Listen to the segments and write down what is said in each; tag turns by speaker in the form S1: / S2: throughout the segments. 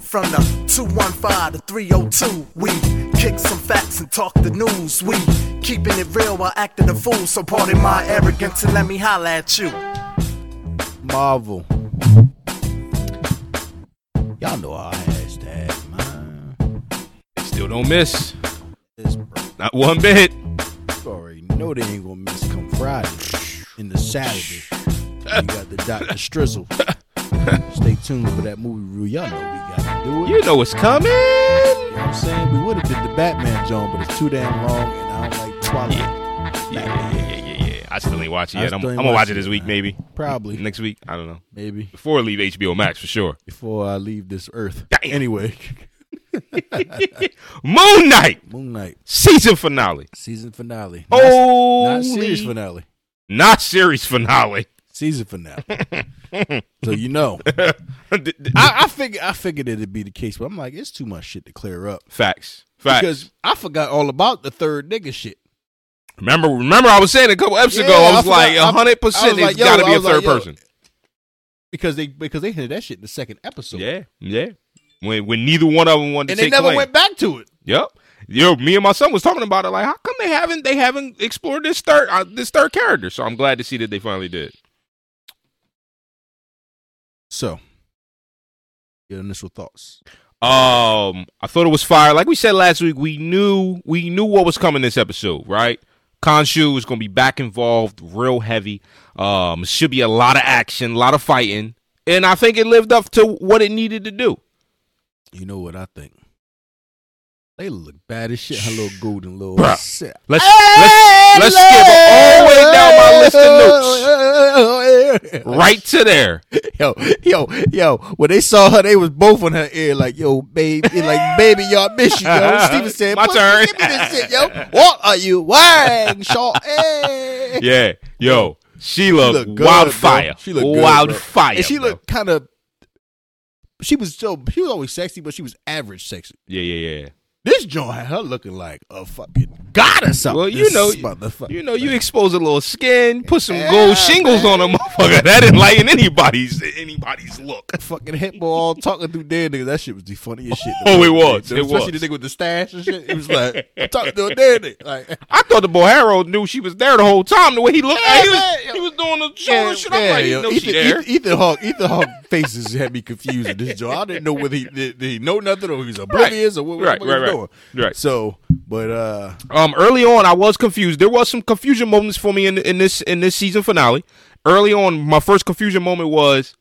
S1: From the 215 to 302, we kick some facts and talk the news. We keeping it real while acting a fool. So pardon my arrogance and let me holla at you.
S2: Marvel. Y'all know our hashtag, man.
S3: Still don't miss.
S2: This bro,
S3: Not one bit.
S2: you already know they ain't gonna miss come Friday in the Saturday. You got the Dr. Strizzle. Stay tuned for that movie review. Y'all know we gotta do it.
S3: You know what's coming.
S2: You know what I'm saying? We would have did the Batman John, but it's too damn long and I don't like Twilight.
S3: Yeah, yeah, yeah, yeah, yeah. I still ain't watch it
S2: I
S3: yet. I'm,
S2: still
S3: I'm
S2: ain't
S3: gonna watch
S2: watched
S3: it this
S2: it,
S3: week,
S2: man.
S3: maybe.
S2: Probably.
S3: Next week, I don't know.
S2: Maybe.
S3: Before I leave HBO Max for sure.
S2: Before I leave this earth.
S3: Damn.
S2: Anyway.
S3: Moon Knight
S2: Moon Knight.
S3: season finale.
S2: Season finale. Not-
S3: Oh,
S2: not series finale.
S3: Not series finale.
S2: season finale. so you know,
S3: D- d-
S2: I, I figured I figured it'd be the case, but I'm like, it's too much shit to clear up
S3: Facts. Facts.
S2: because I forgot all about the third nigga shit.
S3: remember, remember, I was saying a couple episodes ago.
S2: Yeah,
S3: I
S2: I
S3: was
S2: forgot.
S3: like,
S2: I-
S3: hundred
S2: I was
S3: percent.
S2: like,
S3: It's
S2: yo,
S3: got to be
S2: I
S3: a
S2: was like,
S3: third
S2: yo.
S3: person.
S2: Because they because they hinted that shit in the second episode,
S3: Yeah, yeah. When when neither one of them wanted
S2: and
S3: to
S2: they
S3: take
S2: never
S3: claim.
S2: went back to it.
S3: Yep. Yo, me and my son was talking about it. Like, how come they haven't they haven't explored this third uh, this third character? So I'm glad to see that they finally did.
S2: So, your initial thoughts?
S3: Um, I thought it was fire. Like we said last week, we knew we knew what was coming this episode, right? Khonshu is going to be back involved, real heavy. Um, should be a lot of action, a lot of fighting, and I think it lived up to what it needed to do.
S2: You know what I think? They look bad as shit. Her little golden little.
S3: Bruh.
S2: set.
S3: Let's let's, let's skip all the way down my list of notes
S2: of notes.
S3: right to there.
S2: Yo, yo, yo! When they saw her, they was both on her ear, like, "Yo, babe, It like, baby, y'all miss you." Yo, Steven said,
S3: My
S2: "Pussy,
S3: turn."
S2: Give me this shit, yo. What are you wearing, Shaw? Eh. Hey.
S3: Yeah, yo, she looked,
S2: looked good, bro.
S3: wildfire.
S2: She looked good,
S3: wildfire.
S2: and she
S3: bro.
S2: looked kind of. She was so she was always sexy, but she was average sexy.
S3: Yeah, yeah, yeah.
S2: This joint had her looking like a fucking goddess. out
S3: Well, you
S2: this
S3: know-
S2: motherfucker.
S3: You know, you expose a little skin, put some gold shingles on a motherfucker. That didn't lighten anybody's anybody's look.
S2: fucking hit boy all talking through dead niggas. That shit was the funniest shit.
S3: Oh, it was. It
S2: Especially
S3: was.
S2: the nigga with the stash and shit. It was like, I'm talking to a dead nigga. Like,
S3: I thought the boy Harold knew she was there the whole time. The way he looked,
S2: Yeah,
S3: he, was,
S2: man.
S3: he was doing the shoulder shit. I'm like,
S2: yo,
S3: you know she
S2: Ethan,
S3: there.
S2: Ethan, Ethan Hawk, Ethan Hawk faces had me confused in this joint. I didn't know whether he did, did he know nothing or he's oblivious or what,
S3: Right,
S2: what he was
S3: right, right.
S2: doing.
S3: Right.
S2: So, but uh,
S3: Um, early on, I was confused. There was some confusion moments for me in in this in this season finale. Early on, my first confusion moment was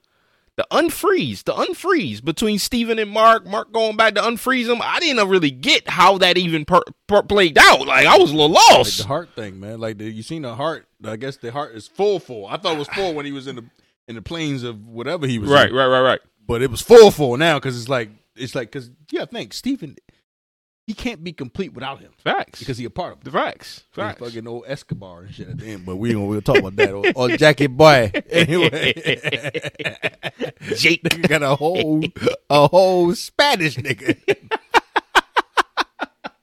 S3: the unfreeze, the unfreeze between Steven and Mark. Mark going back to unfreeze him. I didn't really get how that even per, per, played out. Like I was a little
S2: like
S3: lost.
S2: the heart thing, man. Like the, you seen the heart. I guess the heart is full, full. I thought it was full when he was in the in the planes of whatever he was. in.
S3: right, right, right, right.
S2: but it was full full now because it's like it's like because yeah, think Stephen, he can't be complete without him
S3: Facts.
S2: because he a part of it.
S3: the facts,
S2: Like
S3: facts.
S2: Fucking old Escobar and shit at the end, but we gonna we'll talk about that or, or Jackie Boy anyway.
S3: Jake.
S2: nigga got a whole a whole Spanish nigga.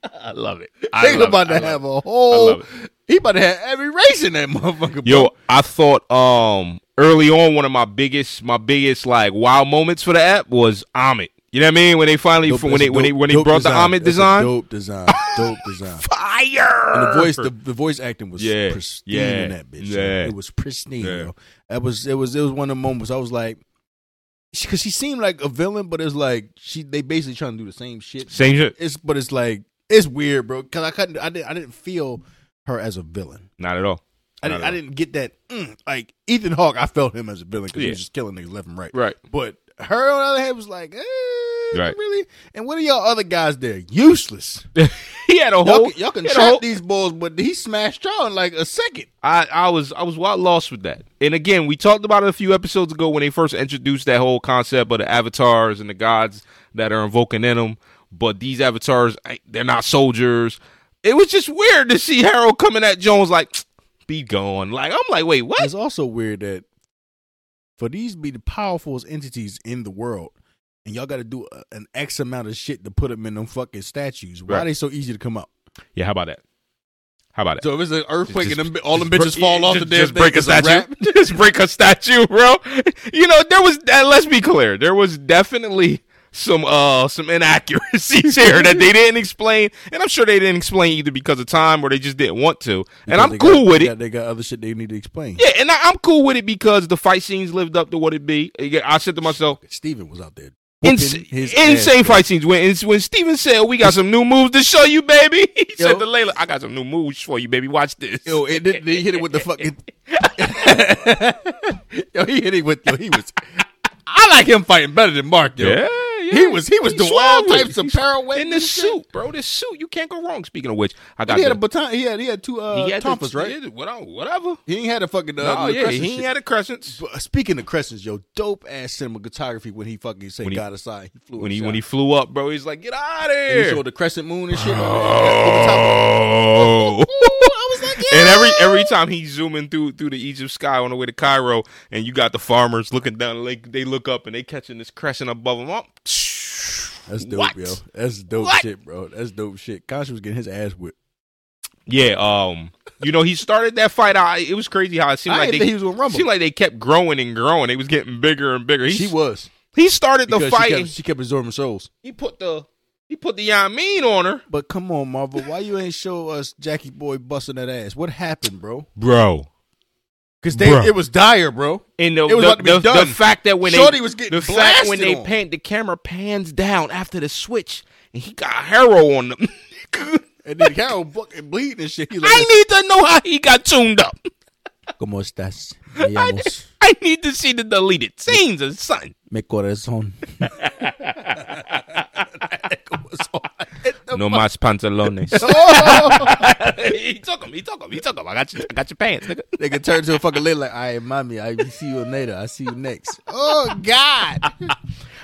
S3: I love it.
S2: Think about to have a whole.
S3: love
S2: He about to have every race in that motherfucker.
S3: Yo, I thought um early on one of my biggest my biggest like wow moments for the app was Amit. You know what I mean? When they finally
S2: Dope-
S3: when
S2: that's
S3: they
S2: a
S3: when they
S2: dope-
S3: when they
S2: dope
S3: brought
S2: design.
S3: the Amit
S2: That's a
S3: design,
S2: dope design, dope design.
S3: fire.
S2: And the voice, the, the voice acting was
S3: Yeah,
S2: pristine
S3: yeah,
S2: in that bitch.
S3: yeah.
S2: It was pristine.
S3: Yeah.
S2: yo. That was it was it was one of the moments I was like, because she seemed like a villain, but it's like she they basically trying to do the same shit.
S3: same shit.
S2: It's but it's like it's weird, bro. Because I couldn't, I didn't, I didn't feel her as a villain.
S3: Not at all.
S2: I didn't,
S3: Not at
S2: I
S3: all.
S2: didn't get that. Mm, like Ethan Hawke, I felt him as a villain because he
S3: Yeah.
S2: was just killing niggas left and right.
S3: Right.
S2: But her on the other hand was like, eh,
S3: Right.
S2: really? And what are y'all other guys there? Useless.
S3: He had a
S2: Y'all,
S3: whole.
S2: can- y'all can
S3: he had a
S2: trap
S3: whole-
S2: these balls, but he smashed y'all in like a second.
S3: I, I was I was wild lost with that. And again, we talked about it a few episodes ago when they first introduced that whole concept of the avatars and the gods that are invoking in them. But these avatars, ain't- they're not soldiers. It was just weird to see Harold coming at Jones like, "Be gone!" Like I'm like, "Wait, what?"
S2: It's also weird that for these to be the powerful entities in the world, and y'all got to do a, an X amount of shit to put them in them fucking statues. Why
S3: Right.
S2: they so easy to come up?
S3: Yeah, how about that? How about that?
S2: So if it's an earthquake
S3: Just-
S2: and them, all them
S3: just
S2: bitches
S3: break-
S2: fall
S3: yeah,
S2: off
S3: just,
S2: the damn
S3: just
S2: thing,
S3: break a
S2: it's a
S3: statue.
S2: wrap.
S3: just break a statue, bro. You know, there was. Uh, let's be clear. There was definitely some uh some inaccuracies here that they didn't explain, and I'm sure they didn't explain either because of time or they just didn't want to. and I'm
S2: They got-
S3: cool with
S2: they
S3: it.
S2: got- They got other shit they need to explain.
S3: Yeah, and I, I'm cool with it because the fight scenes lived up to what it be. Yeah, I said to myself,
S2: Steven was out there.
S3: Ins-
S2: whooping his
S3: insane
S2: ass.
S3: fight scenes. When when Steven said, "We got some new moves to show you, baby," he
S2: Yo.
S3: said to Layla, "I got some new moves for you, baby. Watch this."
S2: Yo, and then, then he hit it with the fucking. yo, he hit it with. Yo, he was. I like him fighting better than Mark. Yo.
S3: Yeah,
S2: He was- he was doing all
S3: swung with
S2: types
S3: it.
S2: of
S3: He sw-
S2: paraway
S3: in
S2: and
S3: this
S2: shit.
S3: suit, bro. This suit, you can't go wrong. Speaking of which, I got
S2: He had a
S3: the-
S2: baton. He had he had two uh,
S3: he had the-
S2: Tompas, right?
S3: he had the- whatever. whatever.
S2: He ain't had a fucking. Uh,
S3: No,
S2: the
S3: yeah,
S2: crescent
S3: he
S2: shit.
S3: ain't had a crescent.
S2: But speaking of crescents, yo, dope ass cinematography when he fucking said
S3: When he-
S2: God aside, he flew
S3: When
S2: in
S3: he
S2: the
S3: when he
S2: shot.
S3: flew up, bro, he's like, "Get out of
S2: And he
S3: here!"
S2: showed the crescent moon and shit.
S3: Oh.
S2: I was like,
S3: And every every time he's zooming through through the Egypt sky on the way to Cairo, and you got the farmers looking down the lake, they look up and they catching this crescent above Oh, them. Up,
S2: That's dope,
S3: What?
S2: yo. That's dope
S3: What?
S2: shit, bro. That's dope shit. Concha was getting his ass whipped.
S3: yeah. Um, you know, he started that fight out. It was crazy how it seemed
S2: I
S3: like
S2: didn't think
S3: they
S2: he was gonna rumble.
S3: seemed like they kept growing and growing. It was getting bigger and bigger. He,
S2: she was
S3: he started the
S2: because
S3: fight.
S2: She kept,
S3: and
S2: she kept absorbing souls.
S3: he put the he put the Yamin on her,
S2: But come on, Marvel, why you ain't show us Jackie Boy busting that ass? What happened, bro?
S3: bro.
S2: Because
S3: Bruh.
S2: it was dire, bro.
S3: And the,
S2: It was
S3: the,
S2: about to be
S3: the- the
S2: done.
S3: fact that when
S2: Shorty
S3: they,
S2: was getting
S3: the fact when
S2: blasted
S3: they
S2: on.
S3: pan the camera pans down after the switch and he got harrow on them.
S2: And then Carol fucking bleeding and shit. He like,
S3: I need to know how he got tuned up.
S2: ¿Cómo estás?
S3: I, I need to see the deleted scenes or something.
S2: Me corazón.
S3: No más pantalones. he took him. He took him. He took him. I got you. I got your pants, nigga.
S2: They can turn to a fucking lady like, all right, mommy, I see you later. I see you next. oh, God.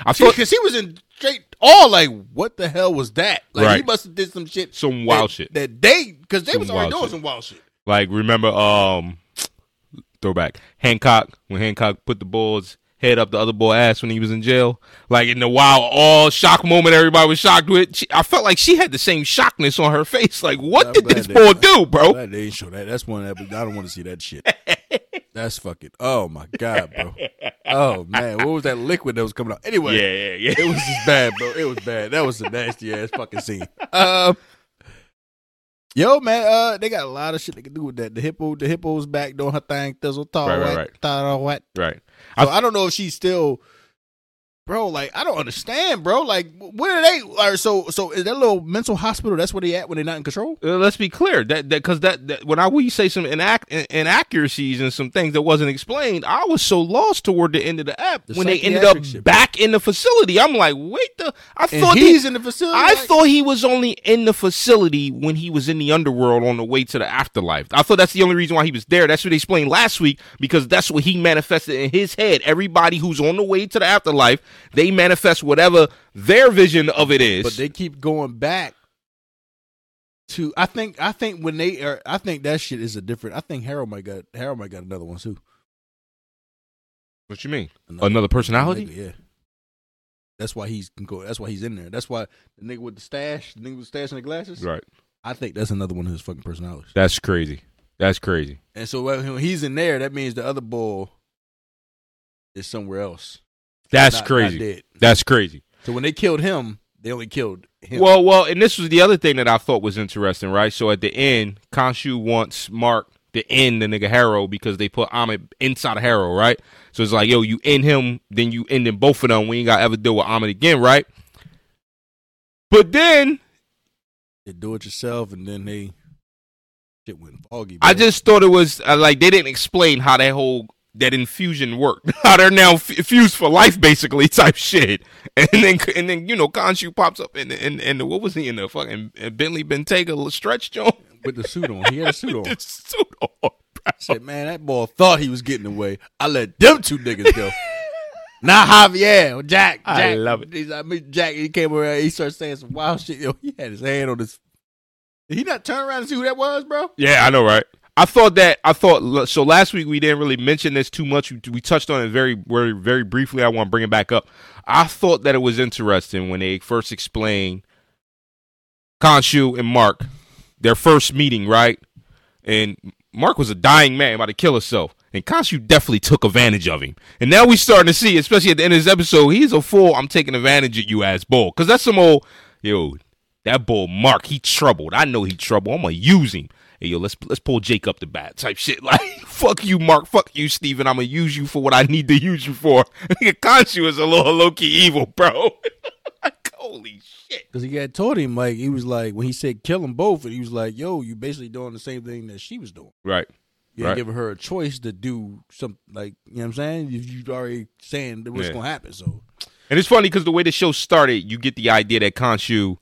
S3: I thought
S2: Because he was in straight all like, what the hell was that? Like, he
S3: Right.
S2: must have did some shit.
S3: Some wild
S2: that-
S3: shit.
S2: That they, because they
S3: Some
S2: was already
S3: wild
S2: doing
S3: shit.
S2: some wild shit.
S3: like remember um throwback Hancock when Hancock put the bull's head up the other bull ass when he was in jail. Like in the wild all shock moment, everybody was shocked with. She, I felt like she had the same shockness on her face. Like what
S2: I'm
S3: did
S2: glad
S3: this
S2: they-
S3: bull do, bro?
S2: Glad they ain't show that. That's one that I don't want to see that shit. That's fucking. Oh my god, bro. Oh man, what was that liquid that was coming out? Anyway,
S3: Yeah, yeah,
S2: it
S3: yeah.
S2: was just bad, bro. It was bad. That was a nasty ass fucking scene. Um, yo, man, uh, they got a lot of shit they can do with that. The hippo, the hippo's back doing her thing. Thizzle, tall,
S3: Right, right,
S2: right,
S3: right.
S2: what?
S3: Right. I-
S2: So I don't know if she's still, bro. Like I don't understand, bro. Like where are they? Or so, so is that little mental hospital? That's where they at when they're not in control.
S3: Uh, let's be clear that that because that, that when I we say some inac- in- inaccuracies and some things that wasn't explained, I was so lost toward the end of the app
S2: The
S3: when they ended up
S2: psychiatric shit.
S3: back in the facility. I'm like, wait, the I
S2: And
S3: thought
S2: he's
S3: he-
S2: in the facility.
S3: I
S2: like-
S3: thought he was only in the facility when he was in the underworld on the way to the afterlife. I thought that's the only reason why he was there. That's what they explained last week because that's what he manifested in his head. Everybody who's on the way to the afterlife, they manifest whatever their vision of it is.
S2: but they keep going back to I think I think when they are I think that shit is a different I think Harold might got Harold might got another one too.
S3: what you mean?
S2: Another-
S3: Another personality?
S2: Nigga, yeah. That's why he's can go that's why he's in there. That's why the nigga with the stash, the nigga with the stash and the glasses.
S3: Right.
S2: I think that's another one of his fucking personalities.
S3: That's crazy. That's crazy.
S2: And so when when he's in there, that means the other ball is somewhere else.
S3: That's
S2: Not- not
S3: crazy.
S2: dead.
S3: That's crazy.
S2: So when they killed him, they only killed him.
S3: Well, well, and this was the other thing that I thought was interesting, right? So at the end, Khonshu wants Mark to end the nigga Harrow because they put Ahmed inside of Harrow, right? So it's like, yo, you end him, then you end in both of them. We ain't gotta ever deal with Ahmed again, right? But then
S2: they do it yourself and then they shit went foggy.
S3: I
S2: bro.
S3: just thought it was uh, like they didn't explain how that whole that infusion worked. How they're now f- fused for life, basically type shit. And then and then you know, Khonshu pops up in the- in in the, what was he in the fucking uh, Bentley Bentayga stretch joint?
S2: with the suit on. He had a suit on.
S3: This suit on, bro.
S2: Said, man, that boy thought he was getting away. I let them two niggas go. Not Javier, or Jack. Jack.
S3: I love it.
S2: He's- I mean, Jack. He came around. He started saying some wild shit. Yo, he had his hand on his. Did he not turn around and see who that was, bro?
S3: Yeah, I know, right? I thought that I thought so. Last week we didn't really mention this too much. We, we touched on it very, very, very briefly. I want to bring it back up. I thought that it was interesting when they first explained Khonshu and Mark their first meeting, right? And Mark was a dying man about to kill himself, And Kansu definitely took advantage of him. And now we starting to see, especially at the end of this episode, he's a fool. I'm taking advantage of you ass bull. Because that's some old, yo, that bull Mark, he troubled. I know he troubled. I'm going to use him. Hey, yo, let's let's pull Jake up the bat type shit. Like, fuck you, Mark. Fuck you, Steven. I'm going to use you for what I need to use you for. Kansu is a little low-key evil, bro. like, holy shit.
S2: Because he had taught him, like, he was like, when he said kill them both, and he was like, yo, you basically doing the same thing that she was doing.
S3: Right.
S2: You're
S3: Right.
S2: giving her a choice to do something, like, you know what I'm saying? You, you already saying that what's
S3: Yeah.
S2: going to happen, so.
S3: And it's funny because the way the show started, you get the idea that Khonshu,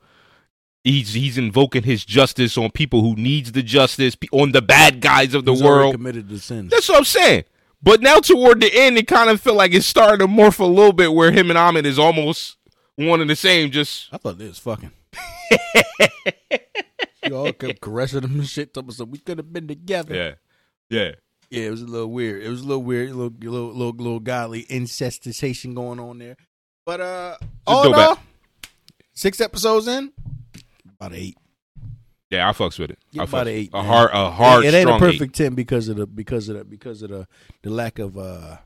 S3: he's he's invoking his justice on people who needs the justice pe- on the bad guys of the
S2: He's already
S3: world.
S2: committed the sin.
S3: That's what I'm saying. But now toward the end, it kind of felt like it's starting to morph a little bit where him and Ahmed is almost one and the same. Just
S2: I thought they was fucking. you all kept caressing him and shit. Talking about we could have been together.
S3: yeah, yeah,
S2: Yeah, it was a little weird. It was a little weird. A little, little, little, little godly incestation going on there. But uh, all in
S3: dope
S2: all, six episodes in, about eight.
S3: yeah. I fucks with it.
S2: Yeah,
S3: I
S2: about
S3: fucks-
S2: eight,
S3: a
S2: man.
S3: hard, a hard,
S2: it ain't a
S3: strong eight.
S2: perfect ten because of the because of the because of the the lack of uh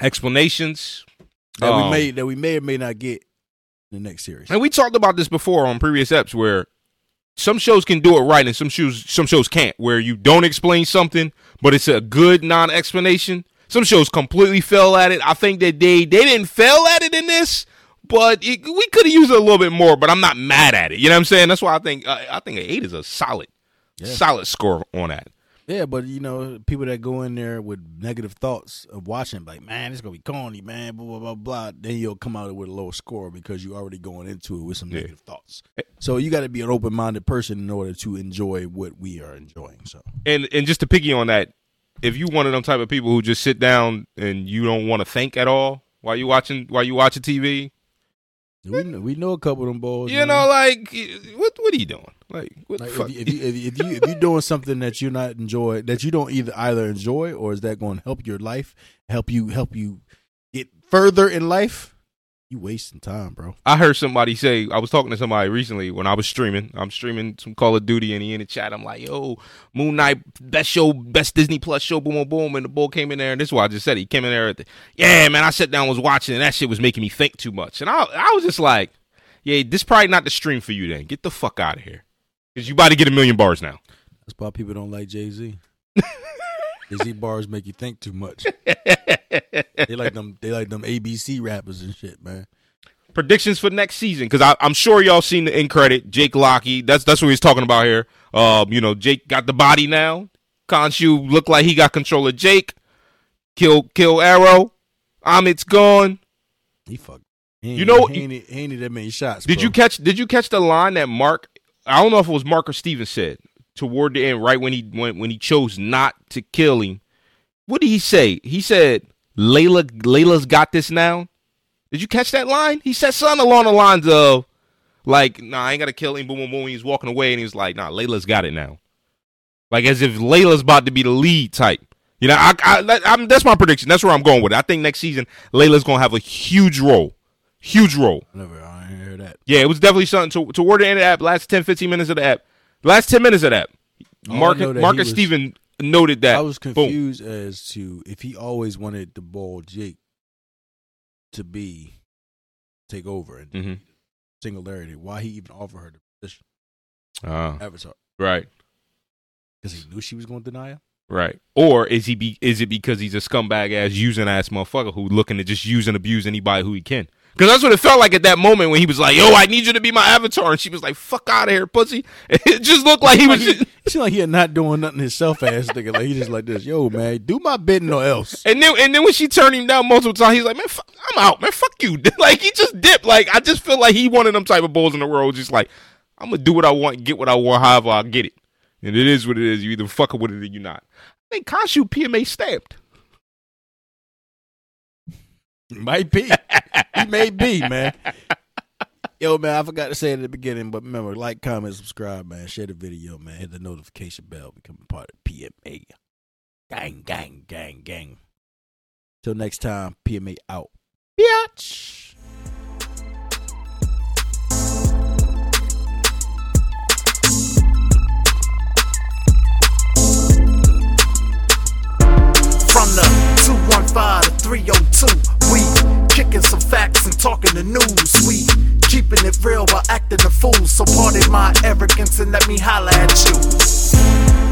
S3: explanations.
S2: that we
S3: Um,
S2: may that we may or may not get in the next series.
S3: And we talked about this before on previous eps where some shows can do it right and some shows some shows can't. Where you don't explain something, but it's a good non-explanation. Some shows completely fell at it. I think that they they didn't fail at it in this, but it, we could have used it a little bit more. But I'm not mad at it. You know what I'm saying? That's why I think uh, I think an eight is a solid solid score on that.
S2: Yeah, but you know, people that go in there with negative thoughts of watching, like, man, it's gonna be corny, man, blah blah blah blah. Then you'll come out with a lower score because you're already going into it with some negative thoughts.
S3: Eh.
S2: So you got to be an open minded person in order to enjoy what we are enjoying. So
S3: and and just to piggy on that, if you one of them type of people who just sit down and you don't want to think at all while you watching while you watching TV,
S2: we know, we know a couple of them boys.
S3: you
S2: man.
S3: know, like what what are you doing? Like what
S2: Like,
S3: the fuck?
S2: if, you, if, you, if, you, if you if you're doing something that you're not enjoy that you don't either either enjoy or is that going to help your life, help you help you get further in life, you wasting time, bro.
S3: I heard somebody say I was talking to somebody recently when I was streaming. I'm streaming some Call of Duty and he in the chat. I'm like, yo, Moon Knight, best show, best Disney Plus show, boom boom boom. And the bull came in there, and this is why I just said it. he came in there. At the, yeah, man, I sat down was watching, and that shit was making me think too much. And I I was just like, yeah, this probably not the stream for you. Then get the fuck out of here, because you about to get a million bars now.
S2: That's why people don't like Jay Z. Jay Z bars make you think too much. they like them. They like them ABC rappers and shit, man.
S3: predictions for next season because I'm sure y'all seen the end credit. Jake Lockey, that's that's what he's talking about here. Um, you know, Jake got the body now. Khonshu looked like he got control of Jake. Kill kill Arrow. Ahmed's gone.
S2: He fucked. He ain't-
S3: You know-
S2: he ain't, he ain't that many shots.
S3: Did
S2: bro.
S3: you catch? Did you catch the line that Mark? I don't know if it was Mark or Steven said toward the end, right when he when when he chose not to kill him. What did he say? He said, "Layla, Layla's got this now." Did you catch that line? He said something along the lines of, "Like, nah, I ain't gotta kill him." Boom, boom, boom. He was walking away, and he was like, "Nah, Layla's got it now." Like as if Layla's about to be the lead type. You know, I, I, that- I'm, that's my prediction. That's where I'm going with it. I think next season Layla's gonna have a huge role, huge role.
S2: I never. I ain't heard that.
S3: Yeah, it was definitely something to, toward the end of the app, last 10, 15 minutes of the app. Last 10 minutes of the app.
S2: I
S3: Mark,
S2: know that
S3: Mark
S2: he
S3: and
S2: was-
S3: Steven noted that.
S2: I was
S3: Boom.
S2: confused as to if he always wanted the ball Jake to be take over and
S3: Mhm.
S2: singularity. Why he even offered her the position
S3: Ah,
S2: avatar?
S3: right,
S2: Because he knew she was going to deny him.
S3: right. Or is he be, is it because he's a scumbag ass using ass motherfucker who looking to just use and abuse anybody who he can? Because that's what it felt like at that moment when he was like, "Yo, I need you to be my avatar," and she was like, "Fuck out of here, pussy." It just looked like he was.
S2: Like,
S3: Just,
S2: he, it seemed like he had not doing nothing himself ass nigga. Like he just like this, yo man, do my bidding or else.
S3: And then and then when she turned him down multiple times, he's like, "Man, fuck, I'm out, man. Fuck you." like he just dipped. Like I just feel like he one of them type of bulls in the world. Just like I'm gonna do what I want, get what I want, however I get it. And it is what it is. You either fucking with it or you not. I think Khonshu PMA stabbed.
S2: Might be. he may be, man. Yo, man, I forgot to say it at the beginning, but remember, like, comment, subscribe, man. Share the video, man. Hit the notification bell. Become a part of PMA. Gang, gang, gang, gang. Till next time, PMA out. Biatch.
S1: From the oh the news. We keeping it real while acting a fool. So pardon my arrogance and let me holler at you.